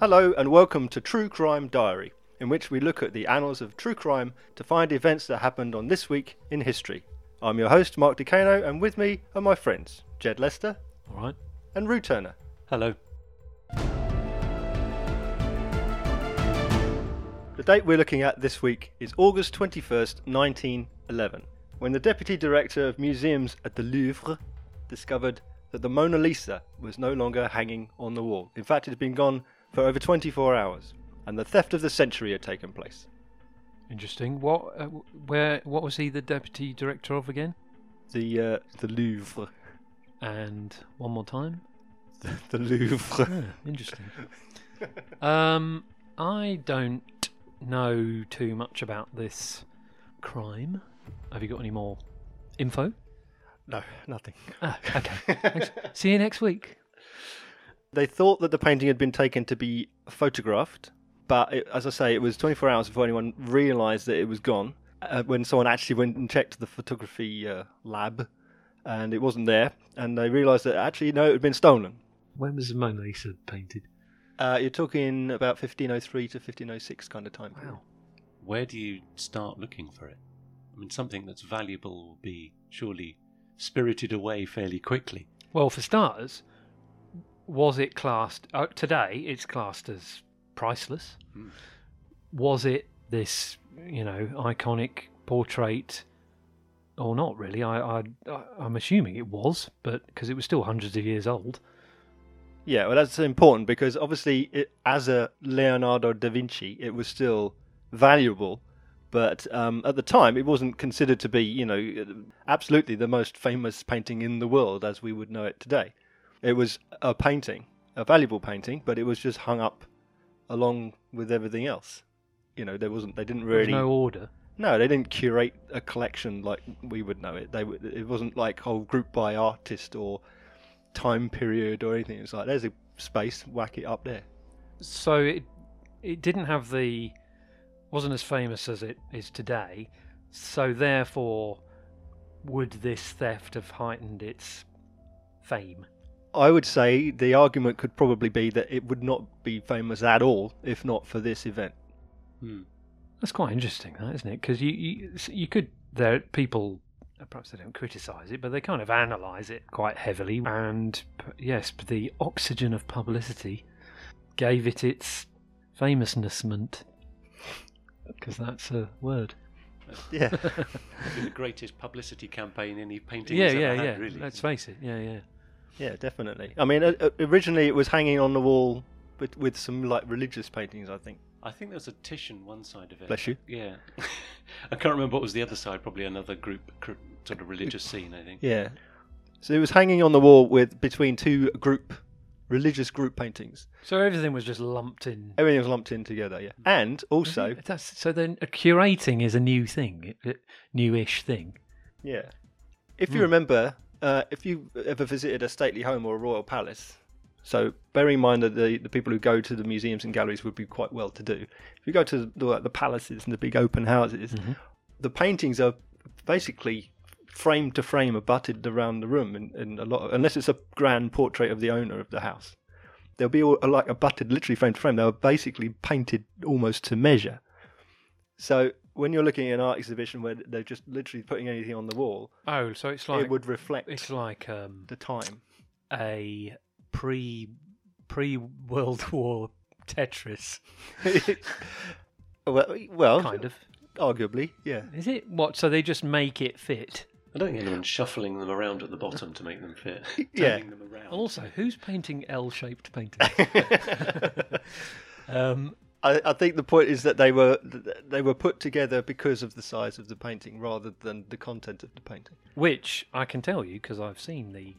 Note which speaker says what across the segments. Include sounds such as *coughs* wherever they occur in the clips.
Speaker 1: Hello and welcome to True Crime Diary, in which we look at the annals of true crime to find events that happened on this week in history. I'm your host, Mark DeCano, and with me are my friends, Jed Lester
Speaker 2: All right.
Speaker 1: and Rue Turner.
Speaker 2: Hello.
Speaker 1: The date we're looking at this week is August 21st, 1911, when the deputy director of museums at the Louvre discovered that the Mona Lisa was no longer hanging on the wall. In fact, it had been gone for over 24 hours, and the theft of the century had taken place.
Speaker 2: Interesting. What? Uh, wh- where? What was he the deputy director of again?
Speaker 1: The uh, the Louvre, *laughs*
Speaker 2: And one more time.
Speaker 1: the Louvre.
Speaker 2: Ah, interesting. um, I don't know too much about this crime. Have you got any more info?
Speaker 1: *laughs* No, nothing.
Speaker 2: Ah, okay. Thanks. See you next week.
Speaker 1: They thought that the painting had been taken to be photographed, but it, as I say, it was 24 hours before anyone realised that it was gone. Uh, when someone actually went and checked the photography uh, lab, and it wasn't there, and they realised that actually no, it had been stolen.
Speaker 3: When was the Mona Lisa painted?
Speaker 1: Uh, you're talking about 1503 to 1506 kind of time. period.
Speaker 2: Wow.
Speaker 4: Where do you start looking for it? I mean, something that's valuable will be surely spirited away fairly quickly.
Speaker 2: Well, for starters, was it classed uh, today? It's classed as priceless.
Speaker 4: Hmm.
Speaker 2: Was it this, you know, iconic portrait, or not really? I, I, I I'm assuming it was, but because it was still hundreds of years old.
Speaker 1: Yeah, well, that's important because obviously, it, as a Leonardo da Vinci, it was still valuable, but um, at the time, it wasn't considered to be, you know, absolutely the most famous painting in the world as we would know it today. It was a painting, a valuable painting, but it was just hung up along with everything else. You know, there wasn't, they didn't
Speaker 2: There was
Speaker 1: really.
Speaker 2: no order.
Speaker 1: No, they didn't curate a collection like we would know it. They w- it wasn't like whole group by artist or time period or anything. It's like there's a space, whack it up there.
Speaker 2: So it it didn't have the wasn't as famous as it is today. So therefore, would this theft have heightened its fame?
Speaker 1: I would say the argument could probably be that it would not be famous at all if not for this event.
Speaker 4: Hmm.
Speaker 2: That's quite interesting, that isn't it? Because you, you s- you could there people uh, perhaps they don't criticise it, but they kind of analyse it quite heavily. And p- yes, p- the oxygen of publicity gave it its famousnessment. Because that's a word.
Speaker 1: *laughs* Yeah,
Speaker 4: It'd be the greatest publicity campaign any painting
Speaker 2: yeah,
Speaker 4: has ever
Speaker 2: yeah,
Speaker 4: had,
Speaker 2: yeah.
Speaker 4: really.
Speaker 2: Let's face it. Yeah, yeah.
Speaker 1: *laughs* yeah, definitely. I mean, o- o- originally it was hanging on the wall with, with some like religious paintings, I think.
Speaker 4: I think there was a Titian one side of it.
Speaker 1: Bless you.
Speaker 4: Yeah. *laughs* I can't remember what was the other side, probably another group, cr- sort of religious scene, I think.
Speaker 1: Yeah. So it was hanging on the wall with between two group religious group paintings.
Speaker 2: So everything was just lumped in.
Speaker 1: Everything was lumped in together, yeah. And also,
Speaker 2: That's, so then uh, curating is a new thing, a- a newish thing.
Speaker 1: yeah. If you remember, uh, if you ever visited a stately home or a royal palace, so bear in mind that the, the people who go to the museums and galleries would be quite well to do. If you go to the, like, the palaces and the big open houses, the paintings are basically frame to frame abutted around the room, and, and a lot, of, unless it's a grand portrait of the owner of the house. They'll be all uh, like abutted, literally frame to frame. They were basically painted almost to measure. So when you're looking at an art exhibition where they're just literally putting anything on the wall,
Speaker 2: Oh, so it's
Speaker 1: it would reflect
Speaker 2: it's like um,
Speaker 1: the time.
Speaker 2: a pre pre World *laughs* War Tetris
Speaker 1: *laughs*
Speaker 2: *laughs*
Speaker 1: well, well,
Speaker 2: kind of.
Speaker 1: arguably, yeah.
Speaker 2: Is it what? So they just make it fit.
Speaker 4: I don't think anyone's shuffling them around at the bottom to make them
Speaker 1: *laughs*
Speaker 4: fit.
Speaker 1: Yeah.
Speaker 4: Turning them around.
Speaker 2: And also, who's painting L-shaped *laughs* paintings? um,
Speaker 1: *laughs* I, I think the point is that they were they were put together because of the size of the painting rather than the content of the painting.
Speaker 2: which I can tell you because I've seen the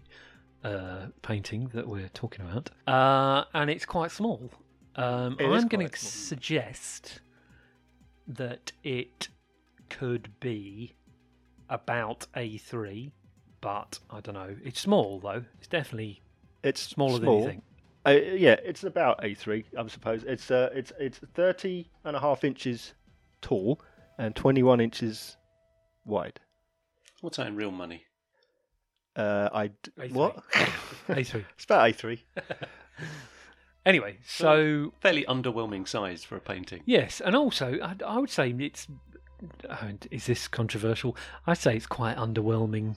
Speaker 2: uh, painting that we're talking about, uh, and it's quite small. Um,
Speaker 1: It is
Speaker 2: I'm going
Speaker 1: quite
Speaker 2: to
Speaker 1: small.
Speaker 2: suggest that it could be about A3, but I don't know. It's small though. It's definitely
Speaker 1: It's
Speaker 2: smaller
Speaker 1: small. *laughs*
Speaker 2: than you think.
Speaker 1: Uh, yeah, it's about A3, I suppose. It's uh, it's it's 30 and a half inches tall and 21 inches wide.
Speaker 4: What's that in real money?
Speaker 1: Uh, I d-
Speaker 2: A3. *laughs*
Speaker 1: what? *laughs*
Speaker 2: A3.
Speaker 1: It's about A3.
Speaker 2: Anyway, so
Speaker 4: Fairly underwhelming size for a painting.
Speaker 2: yes, and also I, I would say it's. oh, Is this controversial? I'd say it's quite underwhelming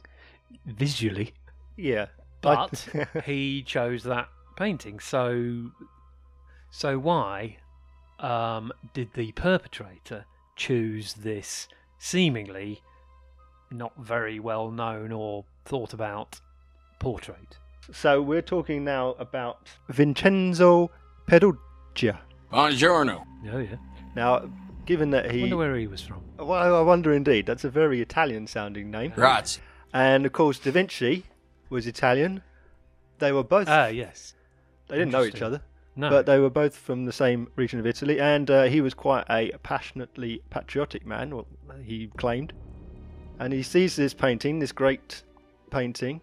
Speaker 2: visually,
Speaker 1: Yeah. I- *laughs*
Speaker 2: but he chose that painting. So, so why um, did the perpetrator choose this seemingly not very well known or thought about portrait?
Speaker 1: so we're talking now about Vincenzo Perugia.
Speaker 5: Buongiorno.
Speaker 2: Oh yeah,
Speaker 1: Now, given that
Speaker 2: I
Speaker 1: he.
Speaker 2: wonder where he was from.
Speaker 1: Well, I wonder indeed. That's a very Italian sounding name.
Speaker 5: Grazie.
Speaker 1: And of course, Da Vinci was Italian. They were both.
Speaker 2: Ah yes,
Speaker 1: they didn't know each
Speaker 2: interesting. Ah.
Speaker 1: other,
Speaker 2: no,
Speaker 1: but they were both from the same region of Italy. And uh, he was quite a passionately patriotic man, well, he claimed. And he sees this painting, this great painting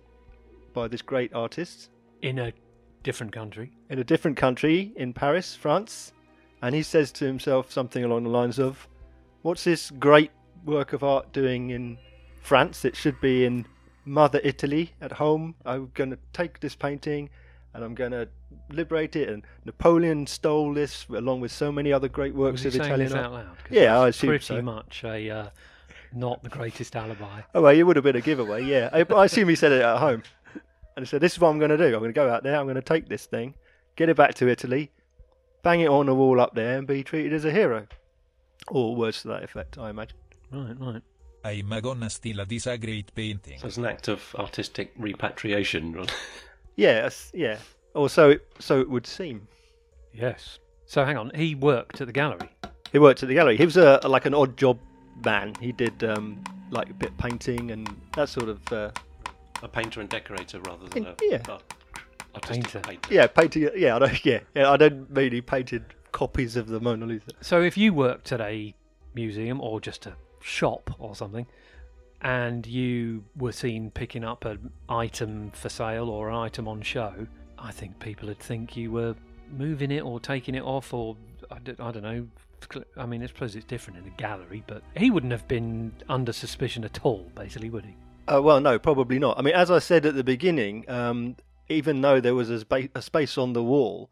Speaker 1: by this great artist
Speaker 2: in a different country.
Speaker 1: in a different country, in Paris, France. And he says to himself something along the lines of, What's this great work of art doing in France? It should be in Mother Italy at home. I'm going to take this painting and I'm going to liberate it. And Napoleon stole this along with so many other great works
Speaker 2: Was he
Speaker 1: of
Speaker 2: saying
Speaker 1: Italian
Speaker 2: this
Speaker 1: art.
Speaker 2: out loud? 'Cause
Speaker 1: Yeah, I
Speaker 2: that's
Speaker 1: assume
Speaker 2: pretty
Speaker 1: so.
Speaker 2: much a uh, not the greatest alibi.
Speaker 1: Oh, well, it would have been a giveaway, yeah. I, but I assume he said it at home. And he said, This is what I'm going to do. I'm going to go out there, I'm going to take this thing, get it back to Italy, bang it on the wall up there, and be treated as a hero. Or words to that effect, I imagine.
Speaker 2: Right, right.
Speaker 6: I Magonna still this a great painting.
Speaker 4: So it's an act of artistic repatriation. rather-
Speaker 1: Yeah, that's- yeah. Or so it, so it would seem.
Speaker 2: Yes. So hang on, he worked at the gallery.
Speaker 1: He worked at the gallery. He was a, like an odd job man. He did um, like a bit of painting and that sort of. Uh,
Speaker 4: a painter and decorator rather than a
Speaker 1: Yeah.
Speaker 4: a artistic
Speaker 2: Painter.
Speaker 4: painter.
Speaker 1: yeah, painting. Yeah, I don't, *laughs* yeah, yeah, I don't mean he painted copies of the Mona Lisa.
Speaker 2: So if you worked at a museum or just a shop or something, and you were seen picking up an item for sale or an item on show, I think people would think you were moving it or taking it off or I don't, I don't know. I mean, I suppose it's different in a gallery, but he wouldn't have been under suspicion at all, basically, would he?
Speaker 1: Uh, well, no, probably not. I mean, as I said at the beginning, um, even though there was a, spa- a space on the wall,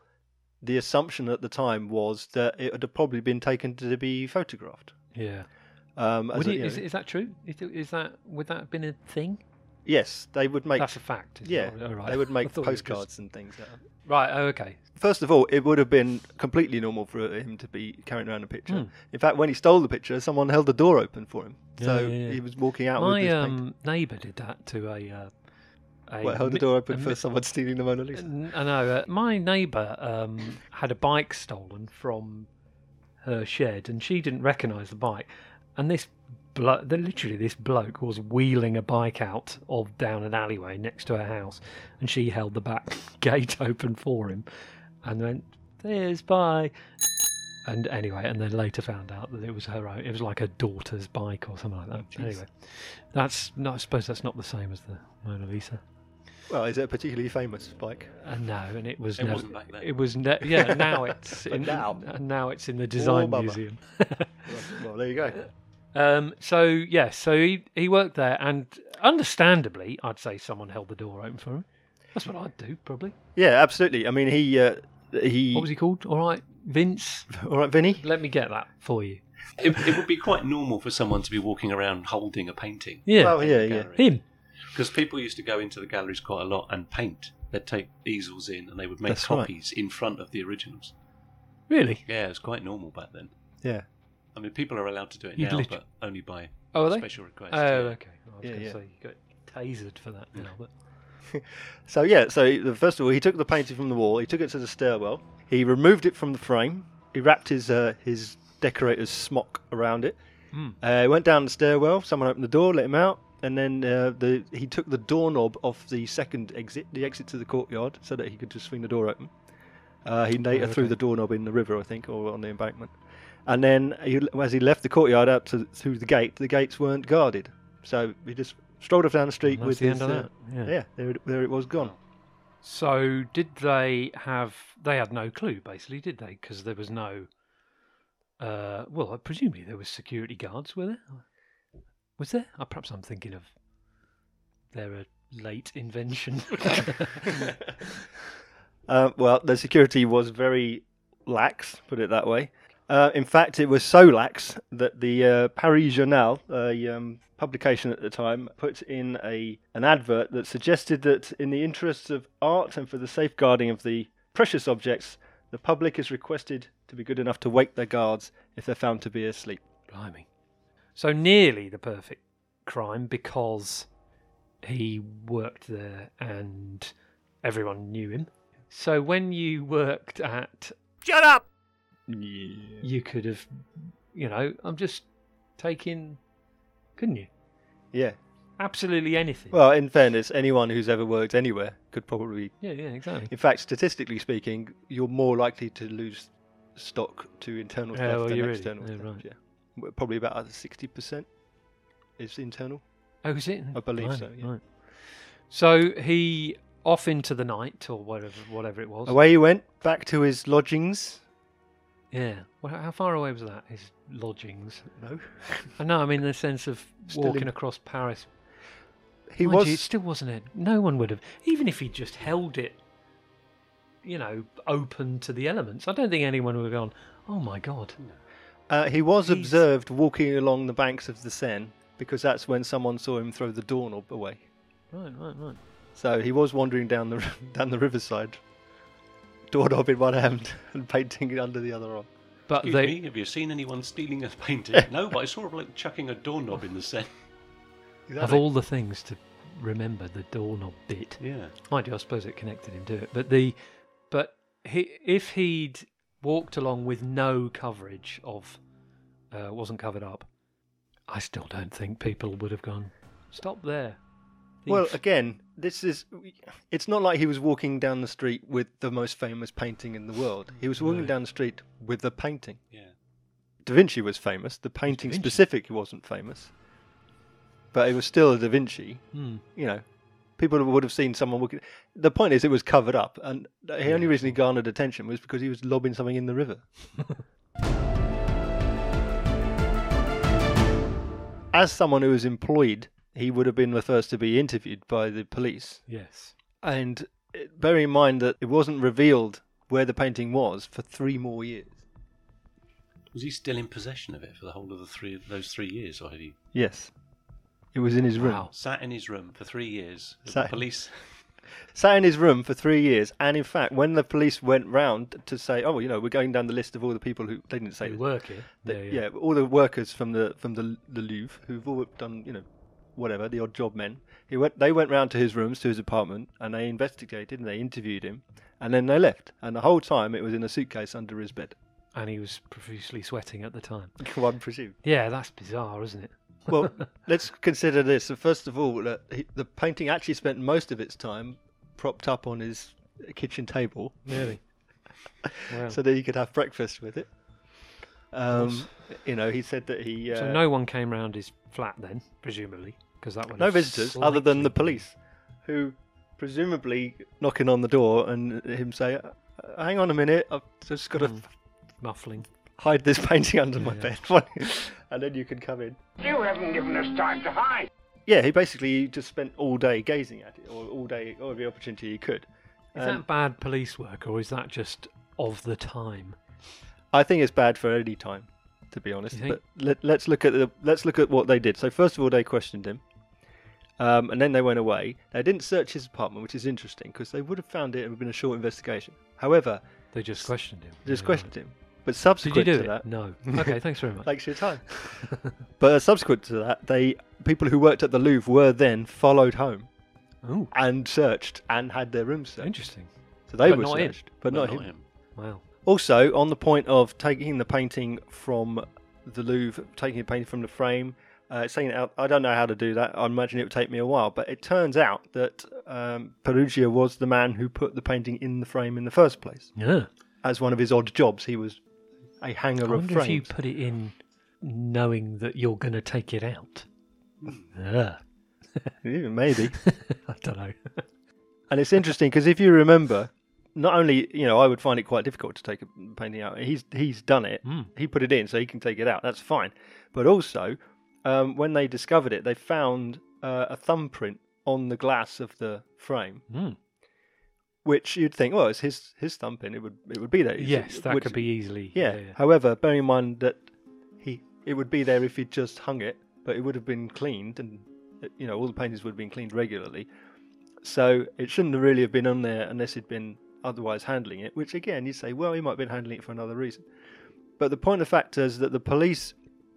Speaker 1: the assumption at the time was that it had probably been taken to be photographed.
Speaker 2: Yeah.
Speaker 1: Um, as
Speaker 2: Would
Speaker 1: a-
Speaker 2: he,
Speaker 1: you know-
Speaker 2: is, is that true? Is, is that would that have been a thing?
Speaker 1: yes, they would make.
Speaker 2: That's a fact. isn't it?
Speaker 1: yeah,
Speaker 2: All right.
Speaker 1: they
Speaker 2: *laughs*
Speaker 1: would
Speaker 2: I
Speaker 1: make
Speaker 2: thought you were
Speaker 1: postcards
Speaker 2: just-
Speaker 1: and things. out of it.
Speaker 2: Right. Oh, okay.
Speaker 1: First of all, it would have been completely normal for him to be carrying around a picture.
Speaker 2: Hmm.
Speaker 1: In fact, when he stole the picture, someone held the door open for him,
Speaker 2: Yeah,
Speaker 1: so
Speaker 2: yeah, yeah.
Speaker 1: he was walking out with
Speaker 2: My
Speaker 1: this
Speaker 2: um, neighbour did that to a. Uh, a
Speaker 1: painting. Well, held the
Speaker 2: mi-
Speaker 1: door
Speaker 2: a
Speaker 1: open for
Speaker 2: mi-
Speaker 1: someone stealing the Mona Lisa.
Speaker 2: N- I know. Uh, my neighbour um, had a bike stolen from her shed, and she didn't recognise the bike. And this blo- the, literally this bloke was wheeling a bike out of down an alleyway next to her house, and she held the back *laughs* gate open for him, and went, "There's bye." And anyway, and then later found out that it was her own. It was like her daughter's bike or something like that. anyway, that's not. I suppose that's not the same as the Mona Lisa.
Speaker 1: Well, is it a particularly famous bike?
Speaker 2: Uh, no, and it was
Speaker 4: It
Speaker 2: never-
Speaker 4: wasn't back then.
Speaker 2: It was ne-
Speaker 1: *laughs*
Speaker 2: yeah. Now it's
Speaker 1: But
Speaker 2: in,
Speaker 1: now-
Speaker 2: and now it's in the design
Speaker 1: bummer.
Speaker 2: museum. *laughs*
Speaker 1: Well, there you go.
Speaker 2: um, so yeah, so he he worked there, and understandably, I'd say someone held the door open for him. That's what I'd do probably.
Speaker 1: Yeah, absolutely. I mean, he uh, he.
Speaker 2: What was he called? All right, Vince.
Speaker 1: All right, Vinny.
Speaker 2: Let me get that for you.
Speaker 4: It, it would be quite normal for someone to be walking around holding a painting.
Speaker 2: Yeah,
Speaker 1: Well, Oh, yeah, yeah.
Speaker 2: him.
Speaker 4: Because people used to go into the galleries quite a lot and paint. They'd take easels in and they would make
Speaker 1: That's right.
Speaker 4: copies in front of the originals.
Speaker 2: Really?
Speaker 4: Yeah, it was quite normal back then.
Speaker 1: Yeah.
Speaker 4: I mean, people are allowed to do it
Speaker 2: You'd
Speaker 4: now,
Speaker 2: lit-
Speaker 4: but only by
Speaker 2: Oh, are they?
Speaker 4: special request.
Speaker 2: Oh,
Speaker 4: yeah.
Speaker 2: okay. I was
Speaker 1: Yeah,
Speaker 2: going to
Speaker 1: yeah.
Speaker 2: say you got tasered for that now, but
Speaker 1: So yeah, so he- first of all, he took the painting from the wall. He took it to the stairwell. He removed it from the frame. He wrapped his uh, his decorator's smock around it.
Speaker 2: Hmm.
Speaker 1: Uh, he went down the stairwell. Someone opened the door, let him out, and then uh, the he took the doorknob off the second exit, the exit to the courtyard, so that he could just swing the door open. Uh, he later
Speaker 2: Oh,
Speaker 1: threw
Speaker 2: okay.
Speaker 1: the doorknob in the river, I think, or on the embankment. And then he, as he left the courtyard out to through the gate, the gates weren't guarded, so he just strolled off down the street
Speaker 2: And
Speaker 1: with
Speaker 2: that's the
Speaker 1: his.
Speaker 2: end of
Speaker 1: uh,
Speaker 2: that. Yeah.
Speaker 1: yeah, there, it- there it was gone.
Speaker 2: So did they have? They had no clue, basically, did they? Because there was no. Uh, well, presumably there was security guards, were there? Was there? Oh, perhaps I'm thinking of. uh, They're a late invention.
Speaker 1: Uh, well, the security was very lax, put it that way. Uh, in fact, it was so lax that the uh, Paris Journal, a um, publication at the time, put in a an advert that suggested that, in the interests of art and for the safeguarding of the precious objects, the public is requested to be good enough to wake their guards if they're found to be asleep.
Speaker 2: *laughs* Blimey. So nearly the perfect crime because he worked there and everyone knew him. So when you worked at,
Speaker 5: Shut up!
Speaker 1: Yeah.
Speaker 2: you could have, you know, I'm just taking, couldn't you?
Speaker 1: Yeah.
Speaker 2: Absolutely anything.
Speaker 1: Well, in fairness, anyone who's ever worked anywhere could probably
Speaker 2: yeah, yeah, exactly.
Speaker 1: In fact, statistically speaking, you're more likely to lose stock to internal
Speaker 2: Yeah,
Speaker 1: theft
Speaker 2: well,
Speaker 1: than
Speaker 2: you really-
Speaker 1: external
Speaker 2: yeah,
Speaker 1: theft.
Speaker 2: right.
Speaker 1: Yeah, Well, probably about sixty percent is internal.
Speaker 2: Oh, is it?
Speaker 1: I believe
Speaker 2: Blimey,
Speaker 1: so, yeah.
Speaker 2: Right. So he off into the night or whatever, whatever it was.
Speaker 1: Away he went back to his lodgings.
Speaker 2: Yeah. Well, how far away was that? His lodgings.
Speaker 1: No, *laughs*
Speaker 2: I know. I mean, the sense of
Speaker 1: Still in-
Speaker 2: walking across Paris
Speaker 1: he
Speaker 2: Mind
Speaker 1: was.
Speaker 2: you, it still wasn't it. No one would have, even if he just held it, you know, open to the elements. I don't think anyone would have gone. Oh my god!
Speaker 1: uh, he was
Speaker 2: he's-
Speaker 1: observed walking along the banks of the Seine because that's when someone saw him throw the doorknob away.
Speaker 2: Right, right, right.
Speaker 1: So he was wandering down the *laughs* down the riverside, doorknob in one hand *laughs* and painting it under the other arm.
Speaker 2: But
Speaker 4: Excuse
Speaker 2: they,
Speaker 4: me, have you seen anyone stealing a
Speaker 1: *laughs*
Speaker 4: painting? no, but I saw a bloke chucking a doorknob in the Seine.
Speaker 2: of all the things to remember, the doorknob bit.
Speaker 4: Yeah.
Speaker 2: Mind you, I suppose it connected him to it. But the, but he, if he'd walked along with no coverage of, uh, wasn't covered up, I still don't think people would have gone. Stop there.
Speaker 1: Well,
Speaker 2: thief."
Speaker 1: again, this is. It's not like he was walking down the street with the most famous painting in the world. He was walking
Speaker 2: Right.
Speaker 1: down the street with a painting.
Speaker 4: Yeah.
Speaker 1: Da Vinci was famous. The painting
Speaker 2: Vinci?
Speaker 1: specific wasn't famous, but it was still a Da Vinci.
Speaker 2: Hmm.
Speaker 1: You know, people would have seen someone walking. The point is, it was covered up, and the only reason he garnered attention was because he was lobbing something in the river. As someone who was employed, he would have been the first to be interviewed by the police.
Speaker 2: yes.
Speaker 1: And uh, bear in mind that it wasn't revealed where the painting was for three more years.
Speaker 4: Was he still in possession of it for the whole of the three those three years, or had he
Speaker 1: Yes. It was in his room.
Speaker 2: Wow.
Speaker 4: sat in his room for three years? The
Speaker 1: Sat-
Speaker 4: police.
Speaker 1: Sat in his room for three years. And in fact, when the police went round to say, oh, you know, we're going down the list of all the people who. They didn't say
Speaker 2: They
Speaker 1: this.
Speaker 2: work it.
Speaker 1: The- yeah, all the workers from the from the, the Louvre who've all done you know whatever the odd job men. He went they went round to his rooms to his apartment and they investigated and they interviewed him and then they left and the whole time it was in a suitcase under his bed. *laughs*
Speaker 2: and he was profusely sweating at the time.
Speaker 1: One presume.
Speaker 2: Yeah, that's bizarre, isn't it?
Speaker 1: Well, let's consider this. So first of all, that he, the painting actually spent most of its time propped up on his kitchen table
Speaker 2: Really? Wow.
Speaker 1: so that he could have breakfast with it. Um, you know, he said that he uh,
Speaker 2: So no one came round his flat then, presumably, because that would
Speaker 1: no
Speaker 2: have
Speaker 1: visitors other than the
Speaker 2: slightly-
Speaker 1: police, who presumably knocking on the door and him say, "Uh, "Hang on a minute, I've just got to
Speaker 2: Mm. muffling.
Speaker 1: hide this painting under my
Speaker 2: Yeah.
Speaker 1: bed," *laughs* and then you can come in.
Speaker 7: You haven't given us time to hide.
Speaker 1: Yeah, he basically just spent all day gazing at it, or all day, or every opportunity he could.
Speaker 2: Is
Speaker 1: Um,
Speaker 2: that bad police work, or is that just of the time?
Speaker 1: I think it's bad for any time, to be honest.
Speaker 2: You
Speaker 1: But
Speaker 2: think?
Speaker 1: let, let's look at the let's look at what they did. So first of all, they questioned him, um, and then they went away. They didn't search his apartment, which is interesting because they would have found it and it would have been a short investigation. However,
Speaker 2: They just questioned him.
Speaker 1: Just
Speaker 2: Yeah,
Speaker 1: questioned him. But
Speaker 2: right. Did
Speaker 1: subsequent
Speaker 2: you do
Speaker 1: to
Speaker 2: it?
Speaker 1: that, *laughs*
Speaker 2: No. Okay, thanks very much.
Speaker 1: thanks for your
Speaker 2: *laughs*
Speaker 1: time. but uh, subsequent to that, they people who worked at the Louvre were then followed home
Speaker 2: oh,
Speaker 1: and searched and had their rooms searched.
Speaker 2: interesting.
Speaker 1: So they
Speaker 2: But
Speaker 1: were
Speaker 2: not him.
Speaker 1: searched, *laughs* but not him.
Speaker 2: Wow.
Speaker 1: Also, on the point of taking the painting from the Louvre, taking the painting from the frame, uh, saying it out, I don't know how to do that. I imagine it would take me a while. But it turns out that um, Perugia was the man who put the painting in the frame in the first place.
Speaker 2: Yeah.
Speaker 1: As one of his odd jobs, he was a hanger
Speaker 2: I
Speaker 1: of
Speaker 2: wonder if you
Speaker 1: frames.
Speaker 2: put it in knowing that you're going to take it
Speaker 1: *laughs*
Speaker 2: out. Yeah.
Speaker 1: Yeah, *laughs* maybe.
Speaker 2: I don't know.
Speaker 1: And it's interesting because if you remember, not only you know I would find it quite difficult to take a painting out. He's he's done it.
Speaker 2: Hmm.
Speaker 1: He put it in, so he can take it out. That's fine. But also, um, when they discovered it, they found uh, a thumbprint on the glass of the frame,
Speaker 2: Hmm.
Speaker 1: which you'd think, well, it's his his thumbprint. It would it would be there. It's-
Speaker 2: Yes, that
Speaker 1: which-
Speaker 2: could be easily.
Speaker 1: Yeah. However, bear in mind that he it would be there if he'd just hung it, but it would have been cleaned, and uh, you know all the paintings would have been cleaned regularly. So it shouldn't have really have been on there unless he'd been otherwise handling it. Which again, you'd say, well, he might have been handling it for another reason. But the point of fact is that the police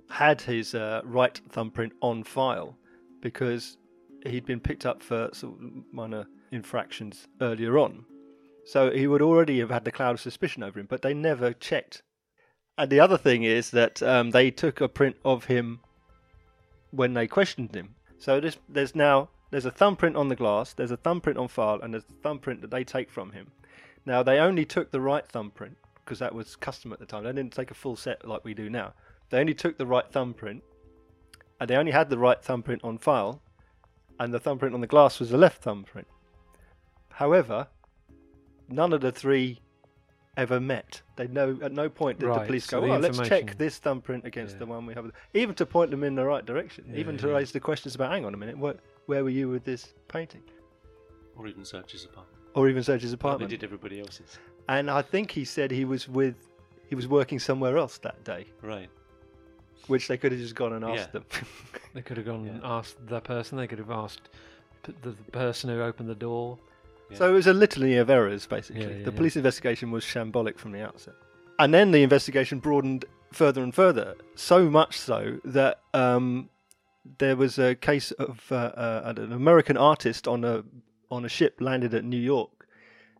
Speaker 1: had his uh, right thumbprint on file because he'd been picked up for sort of minor infractions earlier on. So he would already have had the cloud of suspicion over him, but they never checked. And the other thing is that um, they took a print of him when they questioned him. So this, there's now there's a thumbprint on the glass, there's a thumbprint on file, and there's a thumbprint that they take from him. Now they only took the right thumbprint because that was custom at the time. They didn't take a full set like we do now. They only took the right thumbprint, and they only had the right thumbprint on file, and the thumbprint on the glass was the left thumbprint. However, none of the three ever met. They know at no point did the
Speaker 2: Right,
Speaker 1: police
Speaker 2: so
Speaker 1: go,
Speaker 2: the
Speaker 1: "Oh, let's check
Speaker 2: information-
Speaker 1: this thumbprint against
Speaker 2: Yeah.
Speaker 1: the one we have." Even to point them in the right direction,
Speaker 2: Yeah,
Speaker 1: even to
Speaker 2: yeah.
Speaker 1: raise the questions about, "Hang on a minute, what, where were you with this painting?"
Speaker 4: or even search his apartment.
Speaker 1: Or even search his
Speaker 4: Like They
Speaker 1: apartment.
Speaker 4: did everybody else's.
Speaker 1: and I think he said he was with, he was working somewhere else that day,
Speaker 4: Right.
Speaker 1: which they could have just gone and asked
Speaker 4: Yeah.
Speaker 1: them. *laughs*
Speaker 2: They could have gone and
Speaker 4: Yeah.
Speaker 2: asked that person. They could have asked p- the, the person who opened the door.
Speaker 4: Yeah.
Speaker 1: So it was a litany of errors, basically.
Speaker 2: Yeah, yeah,
Speaker 1: the
Speaker 2: yeah.
Speaker 1: police investigation was shambolic from the outset. And then the investigation broadened further and further, so much so that um, there was a case of uh, uh, an American artist on a on a ship landed at New York,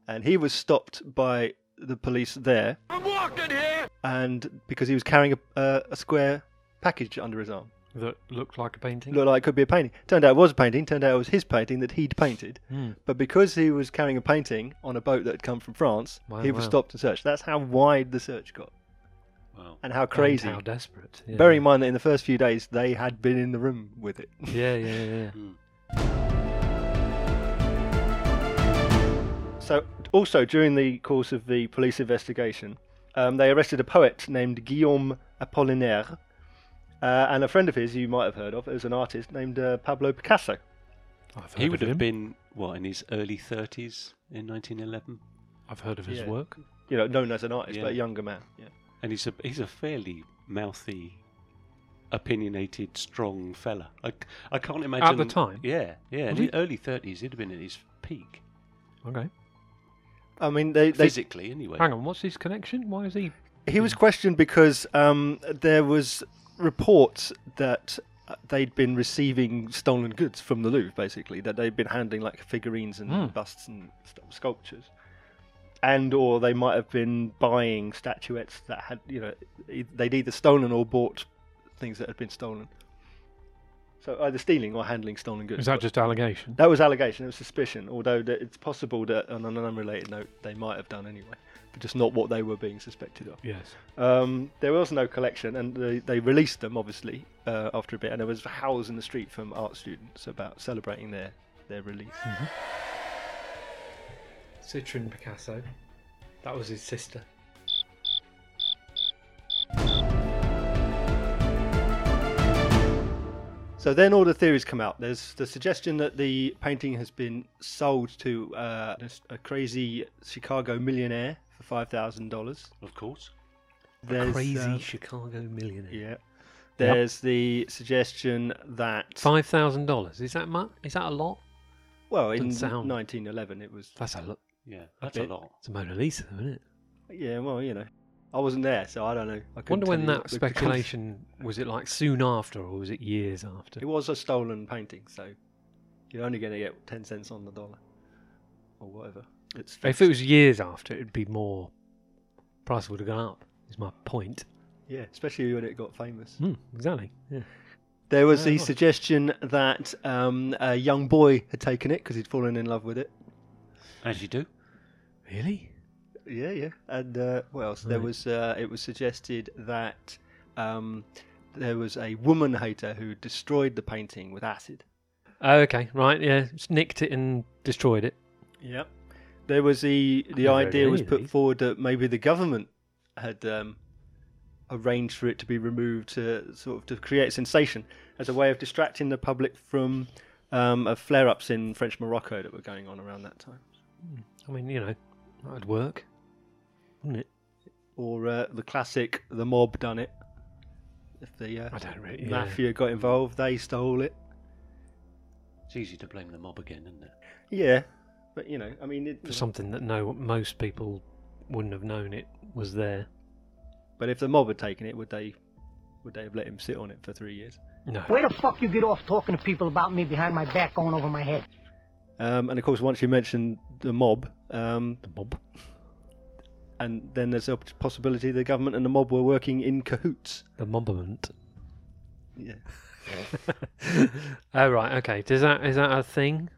Speaker 1: and he was stopped by the police there. I'm walking here, and because he was carrying a, uh, a square package under his arm,
Speaker 2: That looked like a painting.
Speaker 1: looked like it could be a painting. Turned out it was a painting. Turned out it was his painting that he'd painted.
Speaker 2: Hmm.
Speaker 1: But because he was carrying a painting on a boat that had come from France,
Speaker 2: Wow,
Speaker 1: he was
Speaker 2: wow.
Speaker 1: stopped and searched. That's how wide the search got
Speaker 4: Wow.
Speaker 1: and how
Speaker 2: And
Speaker 1: crazy.
Speaker 2: how desperate. Yeah.
Speaker 1: Bear in mind that in the first few days, they had been in the room with it. *laughs*
Speaker 2: Yeah, yeah, yeah.
Speaker 4: Mm.
Speaker 1: so, also during the course of the police investigation, um, they arrested a poet named Guillaume Apollinaire uh, and a friend of his you might have heard of as an artist named uh, Pablo Picasso.
Speaker 2: I've heard
Speaker 4: He would
Speaker 2: of
Speaker 4: have
Speaker 2: him.
Speaker 4: been, what, in his early 30s in 1911?
Speaker 2: I've heard of his
Speaker 1: Yeah.
Speaker 2: work.
Speaker 1: You know, known as an artist,
Speaker 4: Yeah.
Speaker 1: but a younger man. Yeah.
Speaker 4: And he's a, he's a fairly mouthy, opinionated, strong fella. I, c- I can't imagine.
Speaker 2: the time?
Speaker 4: Yeah, yeah. In
Speaker 2: Was
Speaker 4: the
Speaker 2: he?
Speaker 4: early 30s, he'd have been at his peak.
Speaker 2: Okay.
Speaker 1: I mean, they, they
Speaker 4: Physically, anyway.
Speaker 2: Hang on. What's his connection? Why is he?
Speaker 1: He was questioned because um, there was reports that uh, they'd been receiving stolen goods from the Louvre, basically that they'd been handling like figurines and
Speaker 2: Hmm.
Speaker 1: busts and st- sculptures, and or they might have been buying statuettes that had you know e- they'd either stolen or bought things that had been stolen. So either stealing or handling stolen goods.
Speaker 2: Is that
Speaker 1: But
Speaker 2: just allegation?
Speaker 1: that was allegation. It was suspicion. Although that it's possible that on an unrelated note they might have done anyway, but just not what they were being suspected of.
Speaker 2: Yes.
Speaker 1: Um, there was no collection, and they, they released them obviously uh, after a bit. And there was howls in the street from art students about celebrating their their release.
Speaker 2: Citron Picasso. That was his sister.
Speaker 1: So then all the theories come out. There's the suggestion that the painting has been sold to uh, this- a crazy Chicago millionaire for five thousand dollars.
Speaker 4: Of course.
Speaker 1: There's
Speaker 2: Crazy
Speaker 1: uh,
Speaker 2: Chicago millionaire.
Speaker 1: yeah. There's the suggestion that
Speaker 2: Five thousand dollars. Is that much? Is that a lot?
Speaker 1: well, in
Speaker 2: Doesn't sound-
Speaker 1: 1911 it was
Speaker 2: That's a lot.
Speaker 4: Yeah, that's
Speaker 1: bit.
Speaker 4: a lot.
Speaker 2: It's a Mona Lisa, isn't it?
Speaker 1: yeah. Well, you know, I wasn't there, so I don't know. I couldn't
Speaker 2: Wonder
Speaker 1: tell
Speaker 2: when
Speaker 1: you
Speaker 2: that
Speaker 1: what the- the cost-
Speaker 2: speculation was. It like soon after, or was it years after?
Speaker 1: It was a stolen painting, so you're only going to get 10 cents on the dollar or whatever. It's
Speaker 2: If
Speaker 1: fixed.
Speaker 2: it was years after, it'd be more. Price would have gone up. Is my point.
Speaker 1: Yeah, especially when it got famous.
Speaker 2: Hmm, exactly. Yeah.
Speaker 1: There was
Speaker 2: Yeah,
Speaker 1: the
Speaker 2: nice.
Speaker 1: suggestion that um, a young boy had taken it because he'd fallen in love with it.
Speaker 4: As you do.
Speaker 2: Really?
Speaker 1: Yeah, yeah. And uh, what else? There
Speaker 2: Right.
Speaker 1: was. Uh, it was suggested that um, there was a woman hater who destroyed the painting with acid.
Speaker 2: Oh, okay. Right. Yeah. Just nicked it and destroyed it.
Speaker 1: Yep. There was the the
Speaker 2: never heard
Speaker 1: idea
Speaker 2: any
Speaker 1: was
Speaker 2: of
Speaker 1: put
Speaker 2: these.
Speaker 1: forward that maybe the government had um, arranged for it to be removed to sort of to create sensation as a way of distracting the public from um, uh, flare-ups in French Morocco that were going on around that time.
Speaker 2: I mean, you know, that'd work, wouldn't it?
Speaker 1: Or uh, the classic, the mob done it. If the uh,
Speaker 2: I don't really. Yeah.
Speaker 1: mafia got involved, they stole it.
Speaker 4: It's easy to blame the mob again, isn't it?
Speaker 1: Yeah, but you know, I mean, it,
Speaker 2: For something that no most people wouldn't have known it was there.
Speaker 1: but if the mob had taken it, would they would they have let him sit on it for three years?
Speaker 2: No.
Speaker 5: Where the fuck you get off talking to people about me behind my back going over my head?
Speaker 1: Um, and of course, once you mention the mob, um,
Speaker 2: The mob.
Speaker 1: and then there's a possibility the government and the mob were working in cahoots.
Speaker 2: The mobbament.
Speaker 1: Yeah.
Speaker 2: oh right, okay. Does that is that a thing?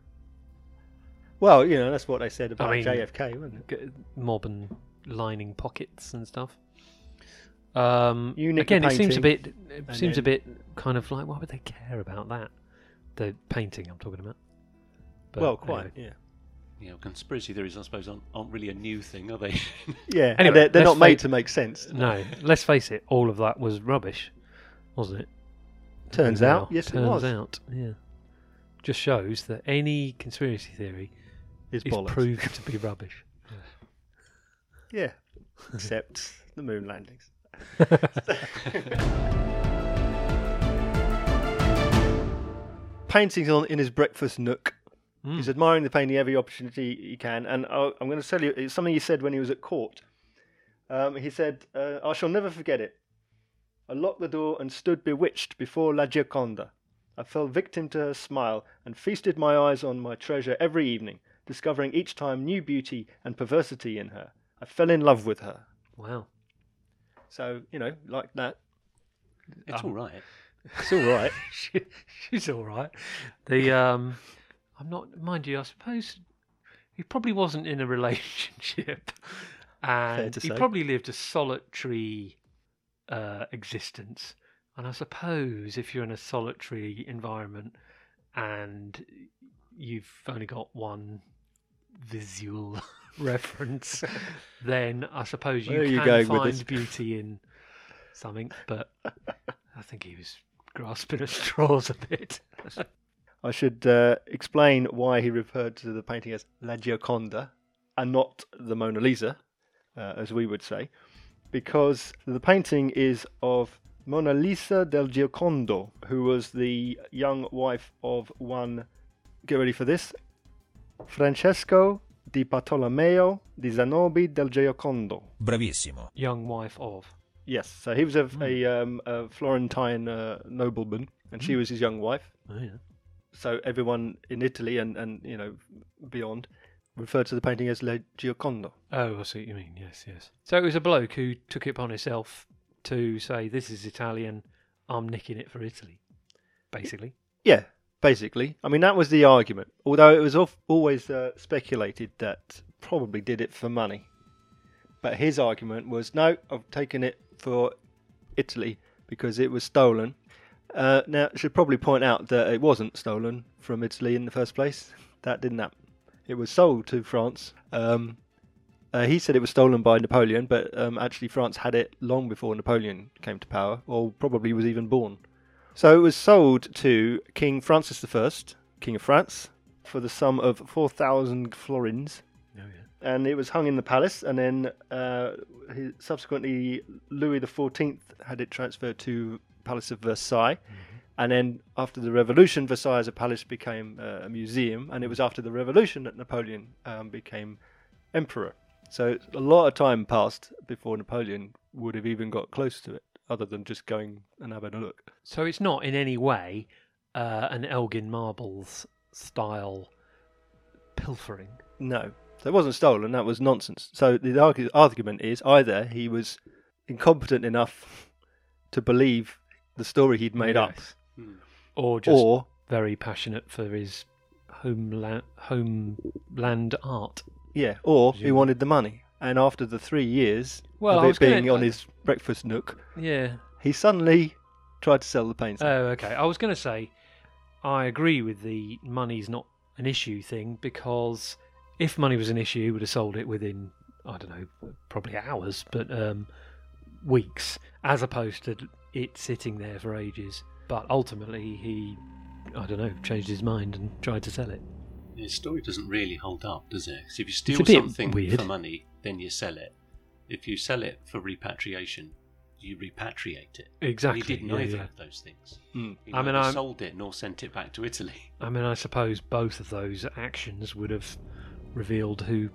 Speaker 1: Well, you know, that's what they said about
Speaker 2: mean-
Speaker 1: JFK, wasn't it?
Speaker 2: G- Mob and lining pockets and stuff. Um,
Speaker 1: You nick the
Speaker 2: again, it seems a bit
Speaker 1: painting,
Speaker 2: it
Speaker 1: and
Speaker 2: seems a
Speaker 1: then-
Speaker 2: bit kind of like why would they care about that? The painting I'm talking about. But
Speaker 1: well, quite,
Speaker 2: anyway.
Speaker 4: You know, conspiracy theories, I suppose, aren't, aren't really a new thing, are they? *laughs*
Speaker 1: yeah. Yeah,
Speaker 2: Anyway,
Speaker 1: they're, they're
Speaker 2: let's
Speaker 1: not made
Speaker 2: face-
Speaker 1: to make sense.
Speaker 2: No, let's face it. All of that was rubbish, wasn't it?
Speaker 1: Turns
Speaker 2: Now,
Speaker 1: out, yes, it
Speaker 2: turns
Speaker 1: was.
Speaker 2: out, yeah. Just shows that any conspiracy theory
Speaker 1: It's
Speaker 2: is
Speaker 1: bollocks.
Speaker 2: proved to be rubbish.
Speaker 1: Yeah, except the moon landings. Painting's on in his breakfast nook. He's admiring the painting every opportunity he can, and i I'm going to tell you it's something he said when he was at court. Um, he said, uh, "I shall never forget it. I locked the door and stood bewitched before La Gioconda. I fell victim to her smile and feasted my eyes on my treasure every evening, discovering each time new beauty and perversity in her. I fell in love with her.
Speaker 2: Wow. *laughs*
Speaker 1: So, you know, like that.
Speaker 2: Oh.
Speaker 4: It's all right.
Speaker 1: It's all right.
Speaker 2: she, she's all right. The um, I'm not, mind you. I suppose he probably wasn't in a *laughs* relationship, and
Speaker 1: to
Speaker 2: he
Speaker 1: say.
Speaker 2: probably lived a solitary uh, existence. And I suppose if you're in a solitary environment and you've only got one visual *laughs* reference, then I suppose you
Speaker 1: Where are you
Speaker 2: can
Speaker 1: going with
Speaker 2: find
Speaker 1: this?
Speaker 2: beauty in something. *laughs* But I think he was grasping at straws a bit. *laughs*
Speaker 1: I should uh, explain why he referred to the painting as La Gioconda and not the Mona Lisa, uh, as we would say, because the painting is of Mona Lisa del Giocondo, who was the young wife of one, get ready for this, Francesco di Bartolomeo di Zanobi del Giocondo.
Speaker 6: Bravissimo.
Speaker 2: Young wife of.
Speaker 1: Yes, so he was a,
Speaker 2: Hmm.
Speaker 1: a, um, a Florentine uh, nobleman, and she was his young wife.
Speaker 2: Oh, yeah.
Speaker 1: so everyone in Italy and, and you know beyond referred to the painting as La Gioconda.
Speaker 2: Oh, I see what you mean. Yes, yes. So it was a bloke who took it upon himself to say, "This is Italian. I'm nicking it for Italy." Basically,
Speaker 1: Yeah, basically. I mean that was the argument. Although it was off, always uh, speculated that probably did it for money, but his argument was no, I've taken it for Italy because it was stolen. Uh, now I should probably point out that it wasn't stolen from Italy in the first place. That didn't happen. It was sold to France. Um, Uh, he said it was stolen by Napoleon, but um, actually France had it long before Napoleon came to power, or probably was even born. So it was sold to King Francis I, King of France, for the sum of 4,000 florins. And it was hung in the palace, and then uh, he, subsequently Louis XIV had it transferred to Palace of Versailles. And then after the revolution, Versailles as a palace became uh, a museum, and it was after the revolution that Napoleon um, became emperor. So a lot of time passed before Napoleon would have even got close to it, other than just going and having a look.
Speaker 2: so it's not in any way uh, an Elgin Marbles style pilfering.
Speaker 1: No, so it wasn't stolen. That was nonsense. So the argu- argument is either he was incompetent enough to believe the story he'd made up,
Speaker 2: Yes. or just
Speaker 1: or
Speaker 2: very passionate for his homeland homeland art.
Speaker 1: yeah, or he wanted the money. And after the three years
Speaker 2: Well,
Speaker 1: of
Speaker 2: I
Speaker 1: it
Speaker 2: was gonna-
Speaker 1: being on his breakfast nook,
Speaker 2: Yeah,
Speaker 1: he suddenly tried to sell the painting.
Speaker 2: Oh, okay. I was going to say, I agree with the money's not an issue thing because if money was an issue, he would have sold it within I don't know, probably hours, but um, weeks, as opposed to it sitting there for ages. But ultimately, he, I don't know, changed his mind and tried to sell it.
Speaker 4: The story doesn't really hold up, does it? 'Cause if you steal
Speaker 2: a bit
Speaker 4: something
Speaker 2: weird.
Speaker 4: for money, then you sell it. If you sell it for repatriation, you repatriate it.
Speaker 2: Exactly.
Speaker 4: He did
Speaker 2: yeah,
Speaker 4: neither
Speaker 2: yeah.
Speaker 4: of those things.
Speaker 1: Mm.
Speaker 4: He
Speaker 2: I mean,
Speaker 4: neither
Speaker 2: I'm-
Speaker 4: sold it nor sent it back to Italy.
Speaker 2: *laughs* I mean, I suppose both of those actions would have revealed who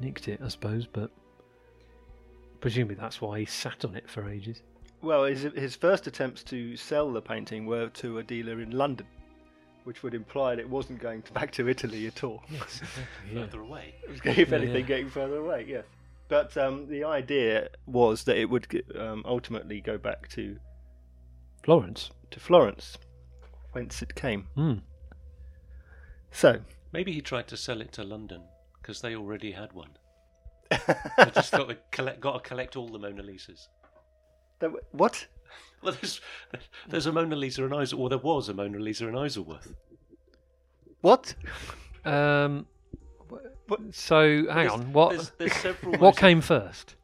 Speaker 2: nicked it, I suppose, but presumably that's why he sat on it for ages.
Speaker 1: Well, his, his first attempts to sell the painting were to a dealer in London, which would imply that it wasn't going to, back to Italy at all.
Speaker 2: *laughs* Yes, exactly.
Speaker 4: Further away.
Speaker 1: It *laughs* was, if
Speaker 2: Yeah,
Speaker 1: anything,
Speaker 2: yeah.
Speaker 1: getting further away. Yes, but um, the idea was that it would um, ultimately go back to
Speaker 2: Florence.
Speaker 1: to Florence, whence it came.
Speaker 2: Hmm. *laughs*
Speaker 1: So,
Speaker 4: Maybe he tried to sell it to London because they already had one. I
Speaker 1: *laughs*
Speaker 4: just got to collect, got to collect all the Mona Lisas.
Speaker 1: there were- what?
Speaker 4: Well, there's, *laughs* there's a Mona Lisa in Isleworth. Well, there was a Mona Lisa in Isleworth.
Speaker 1: What?
Speaker 2: Um, so hang
Speaker 4: There's-
Speaker 2: on, what
Speaker 4: There's, there's
Speaker 2: *laughs*
Speaker 4: several. *laughs*
Speaker 2: what
Speaker 4: Mona-
Speaker 2: came first?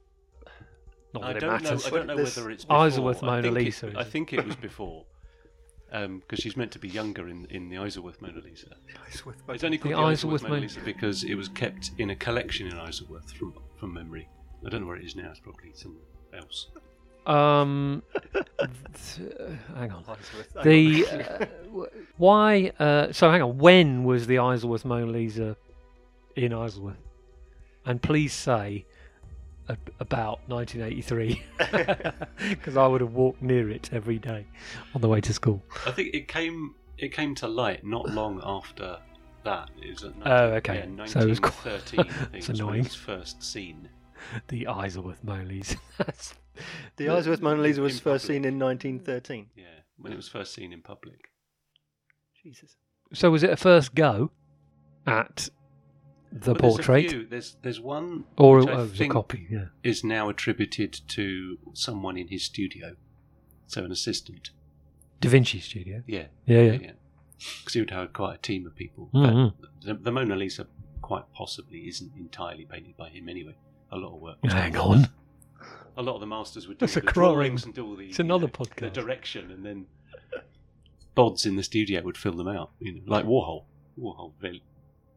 Speaker 2: Not
Speaker 4: I
Speaker 2: that it
Speaker 4: don't know.
Speaker 2: matters.
Speaker 4: I don't know
Speaker 1: There's-
Speaker 4: whether it's before.
Speaker 2: Isleworth
Speaker 4: I
Speaker 2: Mona
Speaker 4: think it-
Speaker 2: Lisa, is
Speaker 4: I
Speaker 2: it?
Speaker 4: think
Speaker 2: *laughs*
Speaker 4: it was before, because she's meant to be younger in, in the Isleworth Mona Lisa. It's only called
Speaker 2: The
Speaker 4: the,
Speaker 2: Isleworth
Speaker 4: Isleworth Mona
Speaker 2: Mona-
Speaker 4: Lisa because it was kept in a collection in Isleworth from from memory. I don't know where it is now. It's probably somewhere else. *laughs*
Speaker 2: Um, th- hang on. The uh, w- why? Uh, so hang on. When was the Isleworth Mona Lisa in Isleworth? And please say a- about *laughs* 1983, because I would have walked near it every day on the way to school.
Speaker 4: I think it came it came to light not long after that. It was at 19,
Speaker 2: Oh, okay.
Speaker 4: Yeah,
Speaker 2: So it was quite-
Speaker 4: 1913. I
Speaker 2: *laughs*
Speaker 4: think
Speaker 2: It's
Speaker 4: was when
Speaker 2: annoying.
Speaker 4: it was first seen.
Speaker 2: The Isleworth Mona
Speaker 4: *laughs*
Speaker 2: Lisa. That's-
Speaker 1: The Isleworth Mona Lisa was
Speaker 4: In
Speaker 1: first seen
Speaker 4: public.
Speaker 1: in 1913.
Speaker 4: Yeah, when it was first seen in public.
Speaker 1: Jesus.
Speaker 2: *laughs* so was it a first go at the
Speaker 4: Well,
Speaker 2: portrait,
Speaker 4: There's, a few. there's there's one
Speaker 2: or
Speaker 4: which
Speaker 2: oh,
Speaker 4: I
Speaker 2: it was a
Speaker 4: think
Speaker 2: copy? Yeah.
Speaker 4: is now attributed to someone in his studio, so an assistant.
Speaker 2: Da Vinci Studio.
Speaker 4: Yeah,
Speaker 2: Yeah, yeah.
Speaker 4: yeah. Because he would have quite a team of people.
Speaker 2: Mhm.
Speaker 4: But the, the Mona Lisa quite possibly isn't entirely painted by him anyway. A lot of work. was
Speaker 2: Hang
Speaker 4: done.
Speaker 2: on.
Speaker 4: A lot of the masters would do
Speaker 2: That's
Speaker 4: the
Speaker 2: a crime.
Speaker 4: drawings and do all the.
Speaker 2: It's another
Speaker 4: you know,
Speaker 2: podcast.
Speaker 4: The direction and then Bods in the studio would fill them out. You know, like Warhol. Warhol really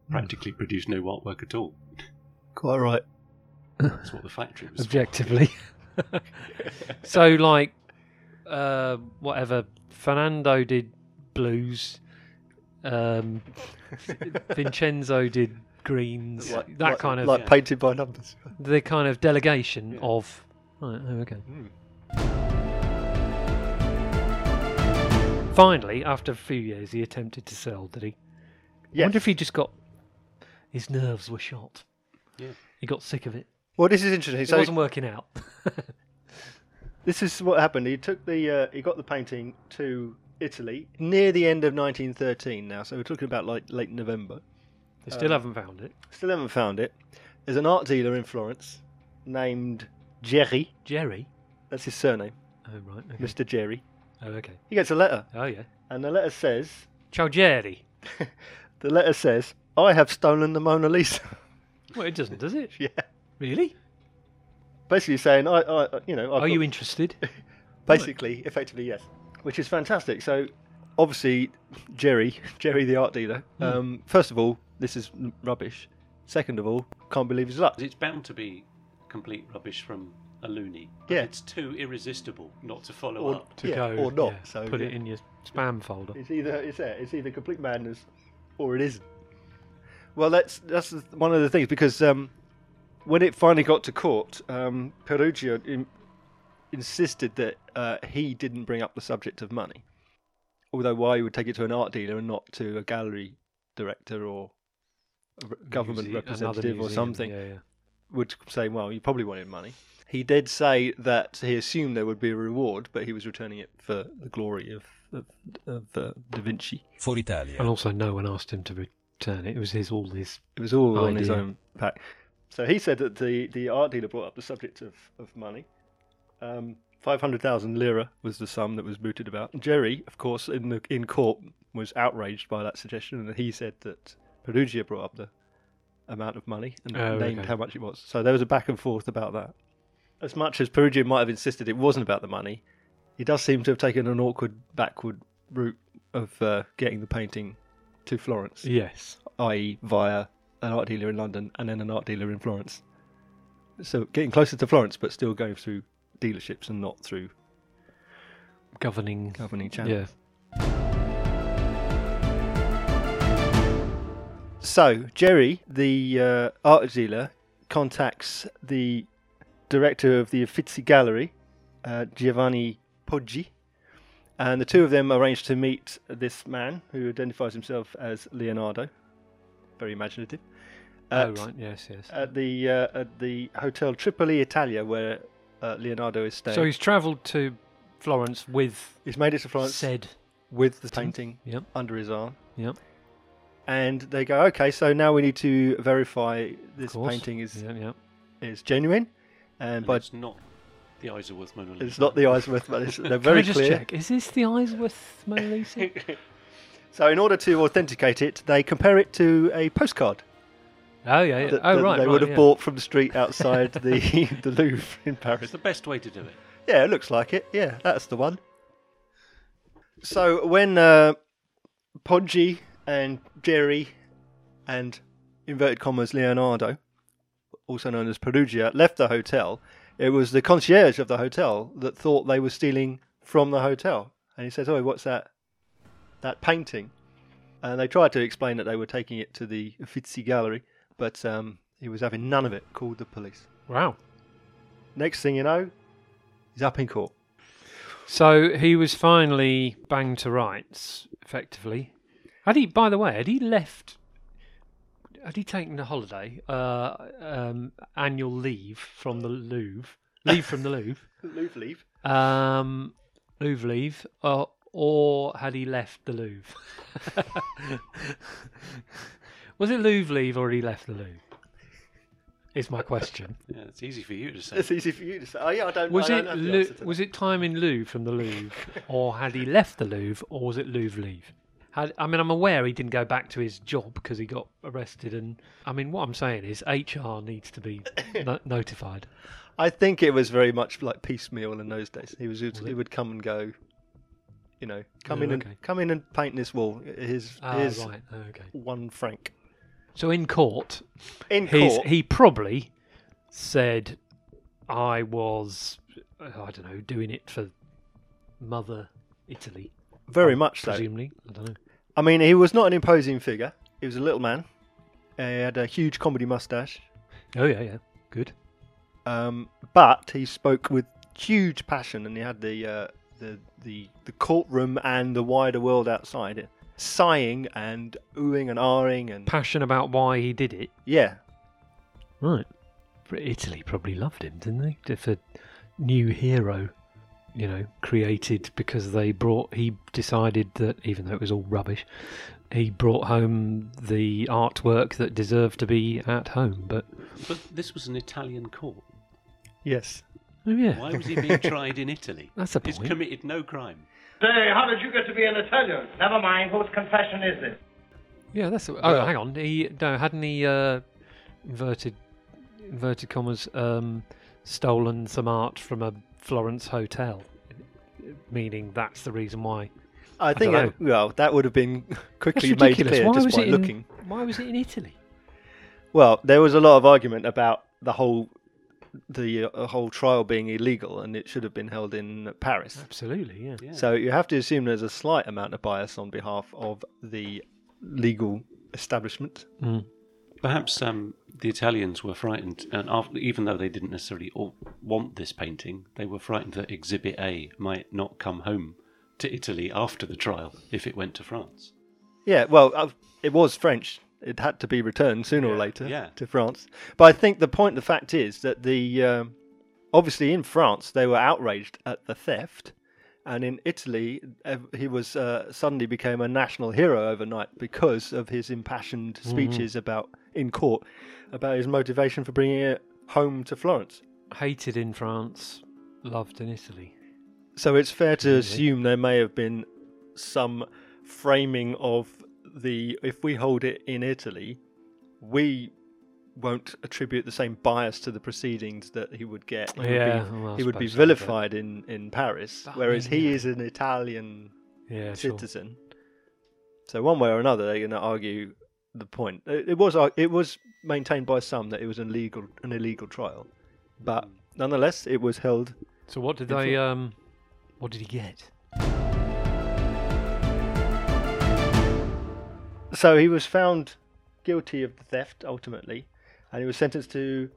Speaker 4: practically produced no artwork at all.
Speaker 1: Quite right.
Speaker 4: That's what the factory was. for.
Speaker 2: objectively. *laughs*
Speaker 1: *laughs*
Speaker 2: so, like, uh, whatever. Fernando did blues.
Speaker 1: *laughs*
Speaker 2: Um, Vincenzo did greens.
Speaker 1: Like-
Speaker 2: that
Speaker 1: like-
Speaker 2: kind of
Speaker 1: like
Speaker 4: yeah.
Speaker 1: painted by numbers.
Speaker 2: the kind of delegation
Speaker 4: Yeah.
Speaker 2: of. Right, oh, okay.
Speaker 1: Hmm.
Speaker 2: Finally, after a few years, he attempted to sell. Did he? I
Speaker 1: Yes.
Speaker 2: wonder if he just got his nerves were shot.
Speaker 4: Yeah.
Speaker 2: He got sick of it.
Speaker 1: Well, this is interesting.
Speaker 2: It
Speaker 1: So
Speaker 2: wasn't working out. *laughs*
Speaker 1: this is what happened. He took the uh, he got the painting to Italy near the end of 1913. Now, so we're talking about like late November.
Speaker 2: they
Speaker 1: Um,
Speaker 2: still haven't found it.
Speaker 1: Still haven't found it. There's an art dealer in Florence named Jerry.
Speaker 2: Jerry.
Speaker 1: That's his surname,
Speaker 2: Oh right. Okay.
Speaker 1: Mr. Jerry.
Speaker 2: Oh okay.
Speaker 1: He gets a letter,
Speaker 2: Oh yeah.
Speaker 1: and the letter says,
Speaker 2: Ciao Jerry.
Speaker 1: the letter says, "I have stolen the Mona Lisa." *laughs*
Speaker 2: Well, it doesn't, does it?
Speaker 1: yeah,
Speaker 2: Really?
Speaker 1: basically saying, "I, I you know, I've
Speaker 2: Are
Speaker 1: got- *laughs*
Speaker 2: you interested?
Speaker 1: Basically, effectively, yes. Which is fantastic. So, obviously, Jerry, *laughs* Jerry the art dealer,
Speaker 2: Hmm.
Speaker 1: um, first of all, this is n- rubbish. Second of all, can't believe his luck.
Speaker 4: It's bound to be complete rubbish from a loony. but
Speaker 1: Yeah.
Speaker 4: It's too irresistible not to follow
Speaker 1: Or-
Speaker 4: up.
Speaker 2: To
Speaker 1: Yeah,
Speaker 2: go
Speaker 1: or not,
Speaker 2: yeah,
Speaker 1: so,
Speaker 2: put it
Speaker 1: yeah.
Speaker 2: in your spam folder.
Speaker 1: It's either it's, there, it's either complete madness or it isn't. Well, that's that's the- one of the things because um, when it finally got to court, um, Perugia in, insisted that uh, he didn't bring up the subject of money. Although why he would take it to an art dealer and not to a gallery director or a re- government
Speaker 2: Muse- another
Speaker 1: representative or
Speaker 2: museum,
Speaker 1: something
Speaker 2: Yeah, yeah.
Speaker 1: would say, well, you probably wanted money. He did say that he assumed there would be a reward, but he was returning it for the glory of, of, of uh, Da Vinci.
Speaker 6: for Italia.
Speaker 2: And also, no one asked him to return it. It was his all his.
Speaker 1: It was all on his
Speaker 2: Idea.
Speaker 1: own pack. So he said that the, the art dealer brought up the subject of, of money. Um, 500,000 lira was the sum that was mooted about. Jerry, of course, in the in court was outraged by that suggestion, and he said that Perugia brought up the amount of money and
Speaker 2: Oh,
Speaker 1: named
Speaker 2: okay.
Speaker 1: how much it was. So there was a back and forth about that. As much as Perugia might have insisted it wasn't about the money, he does seem to have taken an awkward backward route of uh, getting the painting to Florence,
Speaker 2: Yes.
Speaker 1: i.e., via an art dealer in London and then an art dealer in Florence. So getting closer to Florence, but still going through dealerships and not through
Speaker 2: Governing.
Speaker 1: governing channels.
Speaker 2: Yeah.
Speaker 1: So Jerry, the uh, art dealer, contacts the director of the Uffizi Gallery, uh, Giovanni Poggi, and the two of them arrange to meet this man who identifies himself as Leonardo. Very imaginative.
Speaker 2: Oh
Speaker 1: at-
Speaker 2: right. Yes. Yes.
Speaker 1: At the uh, at the Hotel Tripoli Italia, where uh, Leonardo is staying.
Speaker 2: so he's travelled to Florence with
Speaker 1: he's made it to Florence
Speaker 2: said.
Speaker 1: with the painting
Speaker 2: Yep.
Speaker 1: under his arm.
Speaker 2: Yep.
Speaker 1: And they go, okay, so now we need to verify
Speaker 2: Of
Speaker 1: this
Speaker 2: course.
Speaker 1: painting is
Speaker 2: Yeah. Yeah.
Speaker 1: is genuine, and
Speaker 4: But
Speaker 1: but
Speaker 4: it's not the Isleworth Mona Lisa.
Speaker 1: it's not the Isleworth, but it's, they're
Speaker 2: *laughs* Can I
Speaker 1: very
Speaker 2: just
Speaker 1: clear.
Speaker 2: check? Is this the Isleworth Mona Lisa?
Speaker 1: *laughs* So in order to authenticate it, they compare it to a postcard
Speaker 2: oh yeah. yeah.
Speaker 1: that,
Speaker 2: oh
Speaker 1: that
Speaker 2: right.
Speaker 1: they
Speaker 2: right,
Speaker 1: would have
Speaker 2: yeah.
Speaker 1: bought from the street outside
Speaker 2: *laughs*
Speaker 1: the the Louvre in
Speaker 4: It's
Speaker 1: Paris.
Speaker 4: the best way to do it.
Speaker 1: Yeah, it looks like it. Yeah, that's the one. So when uh, Poggi and Jerry and inverted commas Leonardo, also known as Perugia, left the hotel, it was the concierge of the hotel that thought they were stealing from the hotel, and he says, "Oh, what's that? That painting?" And they tried to explain that they were taking it to the Uffizi Gallery, but um, he was having none of it. Called the police.
Speaker 2: Wow.
Speaker 1: Next thing you know, he's up in court.
Speaker 2: So he was finally banged to rights, effectively. Had he, by the way, had he left? Had he taken a holiday, uh, um, annual leave from the Louvre, leave from the Louvre,
Speaker 1: Louvre leave. *laughs*
Speaker 2: um, Louvre leave, uh, or had he left the Louvre? Was it Louvre leave or had he left the Louvre? Is my question.
Speaker 4: Yeah, it's easy for you to say.
Speaker 1: It's easy for you to say. Oh yeah, I don't.
Speaker 2: Was
Speaker 1: I
Speaker 2: it
Speaker 1: don't have the
Speaker 2: Lou-
Speaker 1: answer to
Speaker 2: was it time in Louvre from
Speaker 1: *laughs*
Speaker 2: the Louvre, or had he left the Louvre, or was it Louvre leave? Had, I mean, I'm aware he didn't go back to his job because he got arrested, and I mean, what I'm saying is HR needs
Speaker 1: *coughs*
Speaker 2: to be no- notified.
Speaker 1: that. I think it was very much like piecemeal in those days. He was, he
Speaker 2: it?
Speaker 1: would come and go. You know, come
Speaker 2: Oh,
Speaker 1: in
Speaker 2: okay.
Speaker 1: and come in and paint this wall. Here's
Speaker 2: Ah,
Speaker 1: here's
Speaker 2: right, oh, okay.
Speaker 1: one franc
Speaker 2: So in court,
Speaker 1: in
Speaker 2: he's,
Speaker 1: court.
Speaker 2: he probably said, "I was, I don't know, doing it for Mother Italy,
Speaker 1: very much so.
Speaker 2: presumably. I don't know."
Speaker 1: I mean, he was not an imposing figure. He was a little man. He had a huge comedy mustache,
Speaker 2: Oh yeah, yeah, good.
Speaker 1: um, but he spoke with huge passion, and he had the uh, the the the courtroom and the wider world outside it, sighing and oohing and ahhing and
Speaker 2: Passion about why he did it.
Speaker 1: yeah,
Speaker 2: Right. But Italy probably loved him, didn't they? If a new hero, you know, created because they brought, he decided that, even though it was all rubbish, he brought home the artwork that deserved to be at home. But,
Speaker 4: But this was an Italian
Speaker 1: *laughs*
Speaker 4: court.
Speaker 1: yes.
Speaker 2: oh yeah.
Speaker 4: Why was he being tried in Italy?
Speaker 2: *laughs* That's a
Speaker 4: He's
Speaker 2: point.
Speaker 4: committed no crime.
Speaker 7: Say, how did you get to be an Italian?
Speaker 5: Never mind. Whose confession is this?
Speaker 2: yeah, that's. A, oh,
Speaker 1: Well-
Speaker 2: hang on. He no, hadn't he uh, inverted inverted commas um, stolen some art from a Florence hotel, meaning that's the reason why
Speaker 1: I think
Speaker 2: dunno.
Speaker 1: it- well that would have been
Speaker 2: That's
Speaker 1: quickly made
Speaker 2: ridiculous.
Speaker 1: clear
Speaker 2: why
Speaker 1: just
Speaker 2: was
Speaker 1: by
Speaker 2: it in,
Speaker 1: looking.
Speaker 2: Why was it in Italy?
Speaker 1: Well, there was a lot of argument about the whole the uh, whole trial being illegal and it should have been held in Paris.
Speaker 2: Absolutely, yeah.
Speaker 4: Yeah.
Speaker 1: So you have to assume there's a slight amount of bias on behalf of the legal establishment.
Speaker 4: Perhaps um, the Italians were frightened, and after, even though they didn't necessarily all want this painting, they were frightened that Exhibit A might not come home to Italy after the trial if it went to France.
Speaker 1: Yeah, well, uh, it was French. It had to be returned sooner or later
Speaker 4: yeah.
Speaker 1: to France. But I think the point, the fact is that the um, obviously in France they were outraged at the theft, and in Italy ev- he was uh, suddenly became a national hero overnight because of his impassioned
Speaker 4: Mm-hmm.
Speaker 1: speeches about in court about his motivation for bringing it home to Florence.
Speaker 2: Hated in France, loved in Italy.
Speaker 1: So it's fair to assume there may have been some framing of the if we hold it in Italy, we won't attribute the same bias to the proceedings that he would get. He
Speaker 2: Yeah,
Speaker 1: would be,
Speaker 2: well, I
Speaker 1: he would be
Speaker 2: suppose so, but-
Speaker 1: vilified in, in Paris,
Speaker 2: But I
Speaker 1: whereas
Speaker 2: mean,
Speaker 1: he
Speaker 2: yeah.
Speaker 1: is an Italian
Speaker 2: Yeah, sure.
Speaker 1: citizen. So one way or another, they're going to argue the point. It, it was ar- it was maintained by some that it was an illegal an illegal trial, but
Speaker 2: Hmm.
Speaker 1: nonetheless, it was held.
Speaker 2: So what did they? Um, what did he get?
Speaker 1: So he was found guilty of the theft ultimately, and he was sentenced to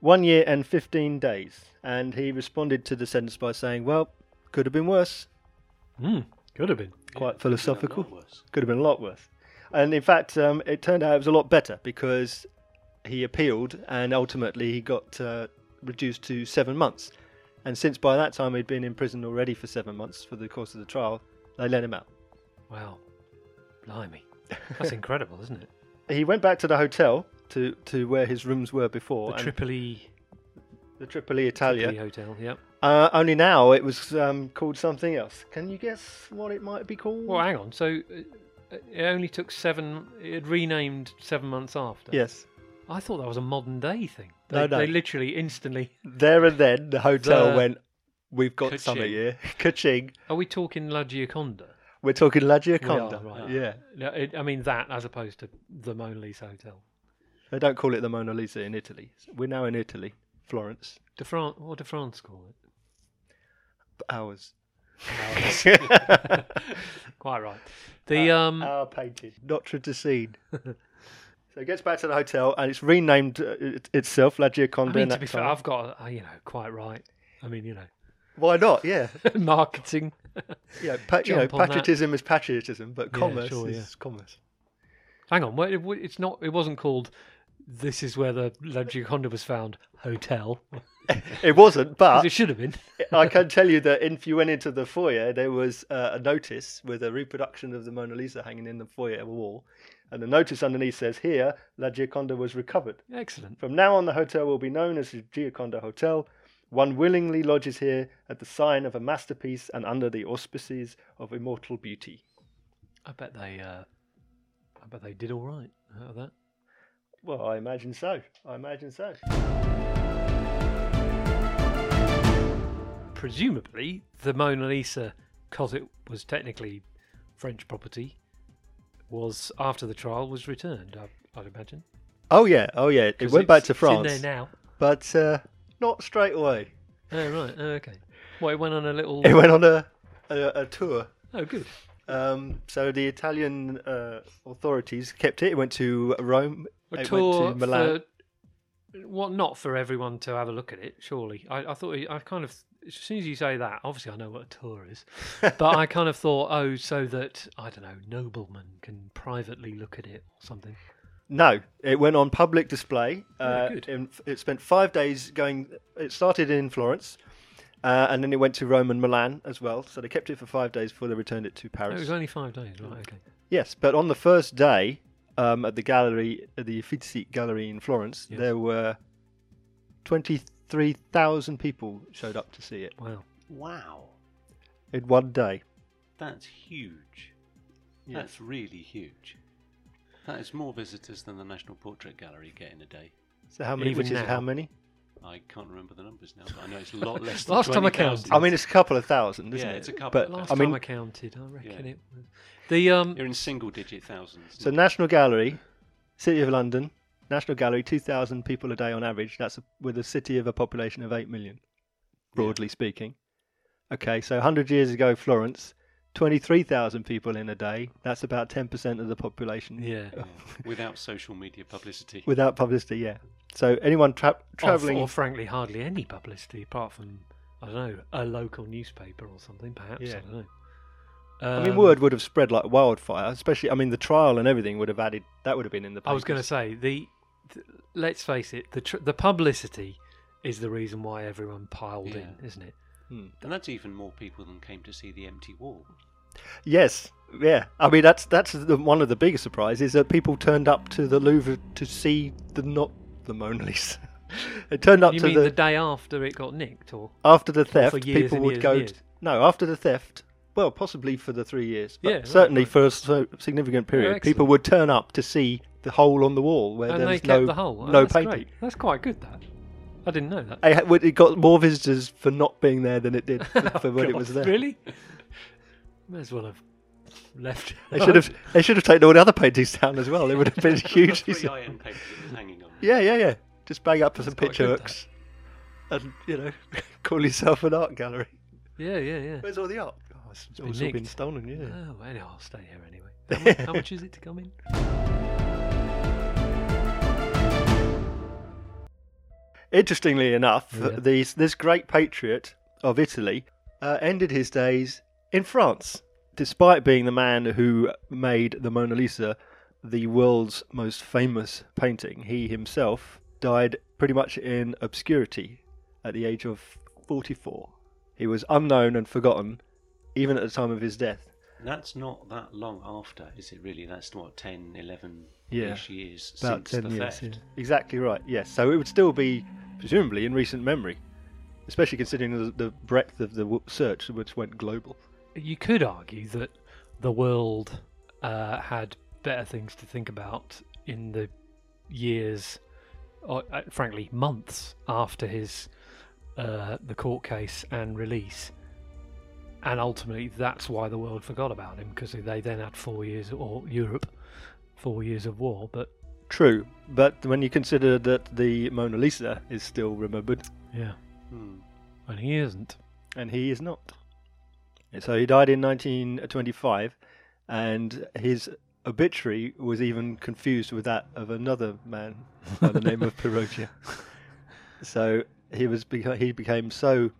Speaker 1: one year and fifteen days. And he responded to the sentence by saying, "Well, could have been worse."
Speaker 2: Hmm. Could have been.
Speaker 1: Quite philosophical.
Speaker 4: worse.
Speaker 1: could have been a lot worse. And in fact, um, it turned out it was a lot better because he appealed and ultimately he got uh, reduced to seven months. And since by that time he'd been in prison already for seven months for the course of the trial, they let him out.
Speaker 2: Wow. Blimey. That's incredible, isn't it?
Speaker 1: He went back to the hotel to, to where his rooms were
Speaker 2: The
Speaker 1: before, and
Speaker 2: Tripoli,
Speaker 1: the Tripoli Italia.
Speaker 2: Tripoli hotel. Yep.
Speaker 1: Uh, only now it was um, called something else. Can you guess what it might be called?
Speaker 2: Well, hang on. So uh, it only took seven. It had renamed seven months after.
Speaker 1: yes.
Speaker 2: I thought that was a modern day thing. They,
Speaker 1: No, no.
Speaker 2: they literally instantly.
Speaker 1: There and then the hotel
Speaker 2: The-
Speaker 1: went, We've got something
Speaker 4: Ka-ching.
Speaker 1: here. *laughs* Ka-ching.
Speaker 2: Are we talking La Gioconda?
Speaker 1: We're talking La
Speaker 2: We are,
Speaker 1: Gioconda.
Speaker 2: right.
Speaker 1: Yeah.
Speaker 2: No, it, I mean that as opposed to the Mona Lisa hotel.
Speaker 1: They don't call it the Mona Lisa in Italy. We're now in Italy, Florence,
Speaker 2: Do France? What do France call it?
Speaker 1: but ours. *laughs*
Speaker 2: Quite right. The um.
Speaker 1: Our painting. Notre Dame. so it gets back to the hotel and it's renamed uh, it, itself La Gioconda.
Speaker 2: I mean,
Speaker 1: in
Speaker 2: to
Speaker 1: that
Speaker 2: be fair,
Speaker 1: time.
Speaker 2: I've got uh, you know quite right. I mean, you know, *laughs*
Speaker 1: Why not? Yeah.
Speaker 2: marketing.
Speaker 1: yeah pa- you know,
Speaker 2: Jump on that.
Speaker 1: patriotism is patriotism, but
Speaker 2: Yeah,
Speaker 1: commerce
Speaker 2: sure,
Speaker 1: is
Speaker 2: yeah.
Speaker 1: commerce.
Speaker 2: Hang on, wait, it w- it's not. It wasn't called. This is where the La Gioconda was found. Hotel. 'Cause
Speaker 1: It *laughs* wasn't, but
Speaker 2: it should have been. *laughs*
Speaker 1: I can tell you that if you went into the foyer, there was uh, a notice with a reproduction of the Mona Lisa hanging in the foyer wall. And the notice underneath says, Here, La Gioconda was recovered.
Speaker 2: Excellent.
Speaker 1: From now on, the hotel will be known as the Gioconda Hotel. One willingly lodges here at the sign of a masterpiece and under the auspices of immortal beauty.
Speaker 2: I bet they. Uh, I bet they did all right out of that.
Speaker 1: Well, I imagine so. I imagine so.
Speaker 2: Presumably, the Mona Lisa, because it was technically French property, was after the trial was returned. I, I'd imagine.
Speaker 1: Oh yeah, oh yeah. It
Speaker 2: 'Cause
Speaker 1: went back
Speaker 2: it's-
Speaker 1: to
Speaker 2: It's in
Speaker 1: France,
Speaker 2: there now.
Speaker 1: but uh, not straight away.
Speaker 2: Oh right. Oh, okay. Well, it went on a little.
Speaker 1: It went on a a, a tour.
Speaker 2: Oh, good.
Speaker 1: Um, so the Italian uh, authorities kept it. It went to Rome.
Speaker 2: A
Speaker 1: it
Speaker 2: tour
Speaker 1: went to Milan.
Speaker 2: for well, not for everyone to have a look at it. Surely, I, I thought I kind of as soon as you say that, obviously I know what a tour
Speaker 1: *laughs*
Speaker 2: is, but I kind of thought, oh, so that I don't know, noblemen can privately look at it or something.
Speaker 1: No, it went on public display. Uh,
Speaker 2: good.
Speaker 1: and f- it spent five days going. It started in Florence, uh, and then it went to Rome and Milan as well. So they kept it for five days before they returned it to
Speaker 2: It
Speaker 1: Paris.
Speaker 2: was only five days, right? Okay.
Speaker 1: Yes, but on the first day um, at the gallery, at the Uffizi Gallery in Florence,
Speaker 2: Yes.
Speaker 1: there were twenty-three thousand people showed up to see it
Speaker 2: Wow.
Speaker 4: Wow,
Speaker 1: in one day.
Speaker 4: that's huge.
Speaker 1: Yeah.
Speaker 4: That's really huge. That is more visitors than the National Portrait Gallery get in a day.
Speaker 1: So how many?
Speaker 2: Even
Speaker 1: Which is
Speaker 2: now.
Speaker 1: how many?
Speaker 4: I can't remember the numbers now, but I know it's
Speaker 1: *laughs*
Speaker 4: a lot less.
Speaker 2: Last
Speaker 4: than
Speaker 2: time I
Speaker 4: 20,000.
Speaker 2: counted.
Speaker 1: I mean, it's a couple of thousand, isn't
Speaker 4: Yeah,
Speaker 1: it?
Speaker 4: it's a couple
Speaker 1: But
Speaker 4: of
Speaker 2: Last
Speaker 1: I mean,
Speaker 2: time I counted, I reckon it was the um.
Speaker 4: You're in single-digit thousands.
Speaker 1: So National Gallery, City of London, National Gallery, two thousand people a day on average. That's a, with a city of a population of eight million, broadly speaking. Okay, so hundred years ago, Florence, twenty-three thousand people in a day. That's about ten percent of the population. *laughs*
Speaker 2: Yeah.
Speaker 4: Yeah. without social media publicity.
Speaker 1: Without publicity, yeah. So anyone tra- traveling,
Speaker 2: Or, or frankly, hardly any publicity apart from I don't know a local newspaper or something, perhaps.
Speaker 1: Yeah.
Speaker 2: I don't know.
Speaker 1: I mean,
Speaker 2: Um,
Speaker 1: word would have spread like wildfire. Especially, I mean, the trial and everything would have added. That would have been in the.
Speaker 2: I was going to
Speaker 1: papers.
Speaker 2: say the, th let's face it, the tr- the publicity is the reason why everyone piled
Speaker 4: Yeah.
Speaker 2: in, isn't it?
Speaker 4: And that's even more people than came to see the empty
Speaker 1: *laughs*
Speaker 4: wall.
Speaker 1: Yes, yeah. I mean, that's that's the, one of the biggest surprises that people turned up to the Louvre to see the not the Mona Lisa. *laughs* they turned up
Speaker 2: you
Speaker 1: to
Speaker 2: mean the...
Speaker 1: the,
Speaker 2: day after it got nicked, or
Speaker 1: after the theft.
Speaker 2: years
Speaker 1: People
Speaker 2: and
Speaker 1: would
Speaker 2: years
Speaker 1: go.
Speaker 2: and
Speaker 1: t-
Speaker 2: years?
Speaker 1: no, after the theft. Well, possibly for the three years, but
Speaker 2: Yeah, right,
Speaker 1: certainly
Speaker 2: right.
Speaker 1: for a so significant period, people
Speaker 2: excellent.
Speaker 1: would turn up to see the hole on the wall where
Speaker 2: and
Speaker 1: there
Speaker 2: they
Speaker 1: was
Speaker 2: kept
Speaker 1: no
Speaker 2: the whole? Oh,
Speaker 1: no
Speaker 2: that's
Speaker 1: painting.
Speaker 2: Great. That's quite good. That I didn't know
Speaker 1: *laughs*
Speaker 2: that.
Speaker 1: I ha- It got more
Speaker 2: *laughs*
Speaker 1: visitors for not being there than it did for when it was there.
Speaker 2: Really? *laughs* May as well have left.
Speaker 1: They should have they should have taken all the other paintings down as well. It would have
Speaker 2: *laughs*
Speaker 1: been hugely.
Speaker 4: Three iron papers it was hanging on.
Speaker 1: Yeah, yeah, yeah. Just bang up for some
Speaker 2: quite
Speaker 1: picture
Speaker 2: good,
Speaker 1: hooks, and you know, *laughs* call yourself an art gallery.
Speaker 2: *laughs* Yeah,
Speaker 1: *laughs*
Speaker 2: yeah, yeah.
Speaker 1: Where's all the art? Oh, it's
Speaker 2: been
Speaker 1: all been, Uh-huh.
Speaker 2: nicked.
Speaker 1: stolen. Yeah.
Speaker 2: Oh, well, I'll stay here
Speaker 1: *laughs*
Speaker 2: anyway. How much, how much is it to come in?
Speaker 1: Interestingly enough,
Speaker 2: Yeah.
Speaker 1: these, this great patriot of Italy uh, ended his days in France, despite being the man who made the Mona Lisa the world's most famous painting. He himself died pretty much in obscurity at the age of 44. He was unknown and forgotten, even at the time of his death.
Speaker 4: That's not that long after, is it really? That's what, 10, 11
Speaker 1: Yeah.
Speaker 4: ish years
Speaker 1: About
Speaker 4: since
Speaker 1: 10
Speaker 4: the
Speaker 1: years.
Speaker 4: theft?
Speaker 1: yeah. Exactly right, yes. So it would still be, presumably, in recent memory, especially considering the, the breadth of the w- search, which went global.
Speaker 2: You could argue that the world uh, had better things to think about in the years, or, uh, frankly, months after his uh, the court case and release. And ultimately, that's why the world forgot about him because they then had four years, or Europe, four years of war. But
Speaker 1: True, but when you consider that the Mona Lisa is still remembered,
Speaker 2: yeah,
Speaker 4: Hmm.
Speaker 2: and he isn't.
Speaker 1: and he is not. And So he died in 1925, and his obituary was even confused with that of another man by the name
Speaker 2: *laughs*
Speaker 1: of Perogia. So he was beca- he became so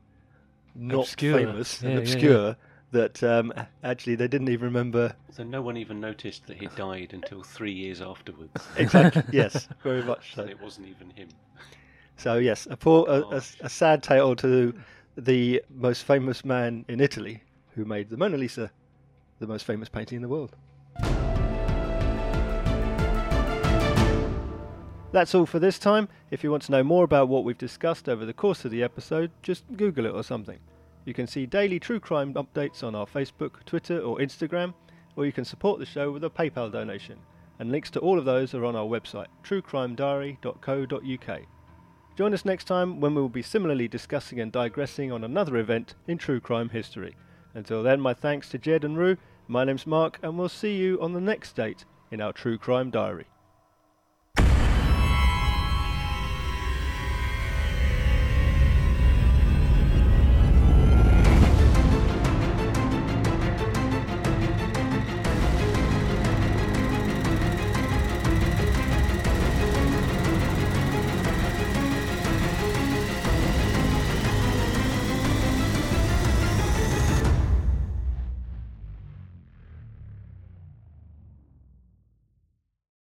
Speaker 1: not
Speaker 2: Obscure.
Speaker 1: famous
Speaker 2: Yeah,
Speaker 1: and
Speaker 2: yeah,
Speaker 1: obscure that um, actually they didn't even remember
Speaker 4: So no one even noticed that he died until three years afterwards.
Speaker 2: *laughs*
Speaker 1: exactly. yes, very much so.
Speaker 4: and it wasn't even him.
Speaker 1: So yes, a poor, a, a,
Speaker 4: Gosh.
Speaker 1: a sad tale to the most famous man in Italy who made the Mona Lisa the most famous painting in the world. That's all for this time. If you want to know more about what we've discussed over the course of the episode, just Google it or something. You can see daily true crime updates on our Facebook, Twitter, or Instagram, or you can support the show with a PayPal donation. And links to all of those are on our website, truecrimediary.co.uk. Join us next time when we will be similarly discussing and digressing on another event in true crime history. Until then, my thanks to Jed and Rue. My name's Mark, and we'll see you on the next date in our True Crime Diary.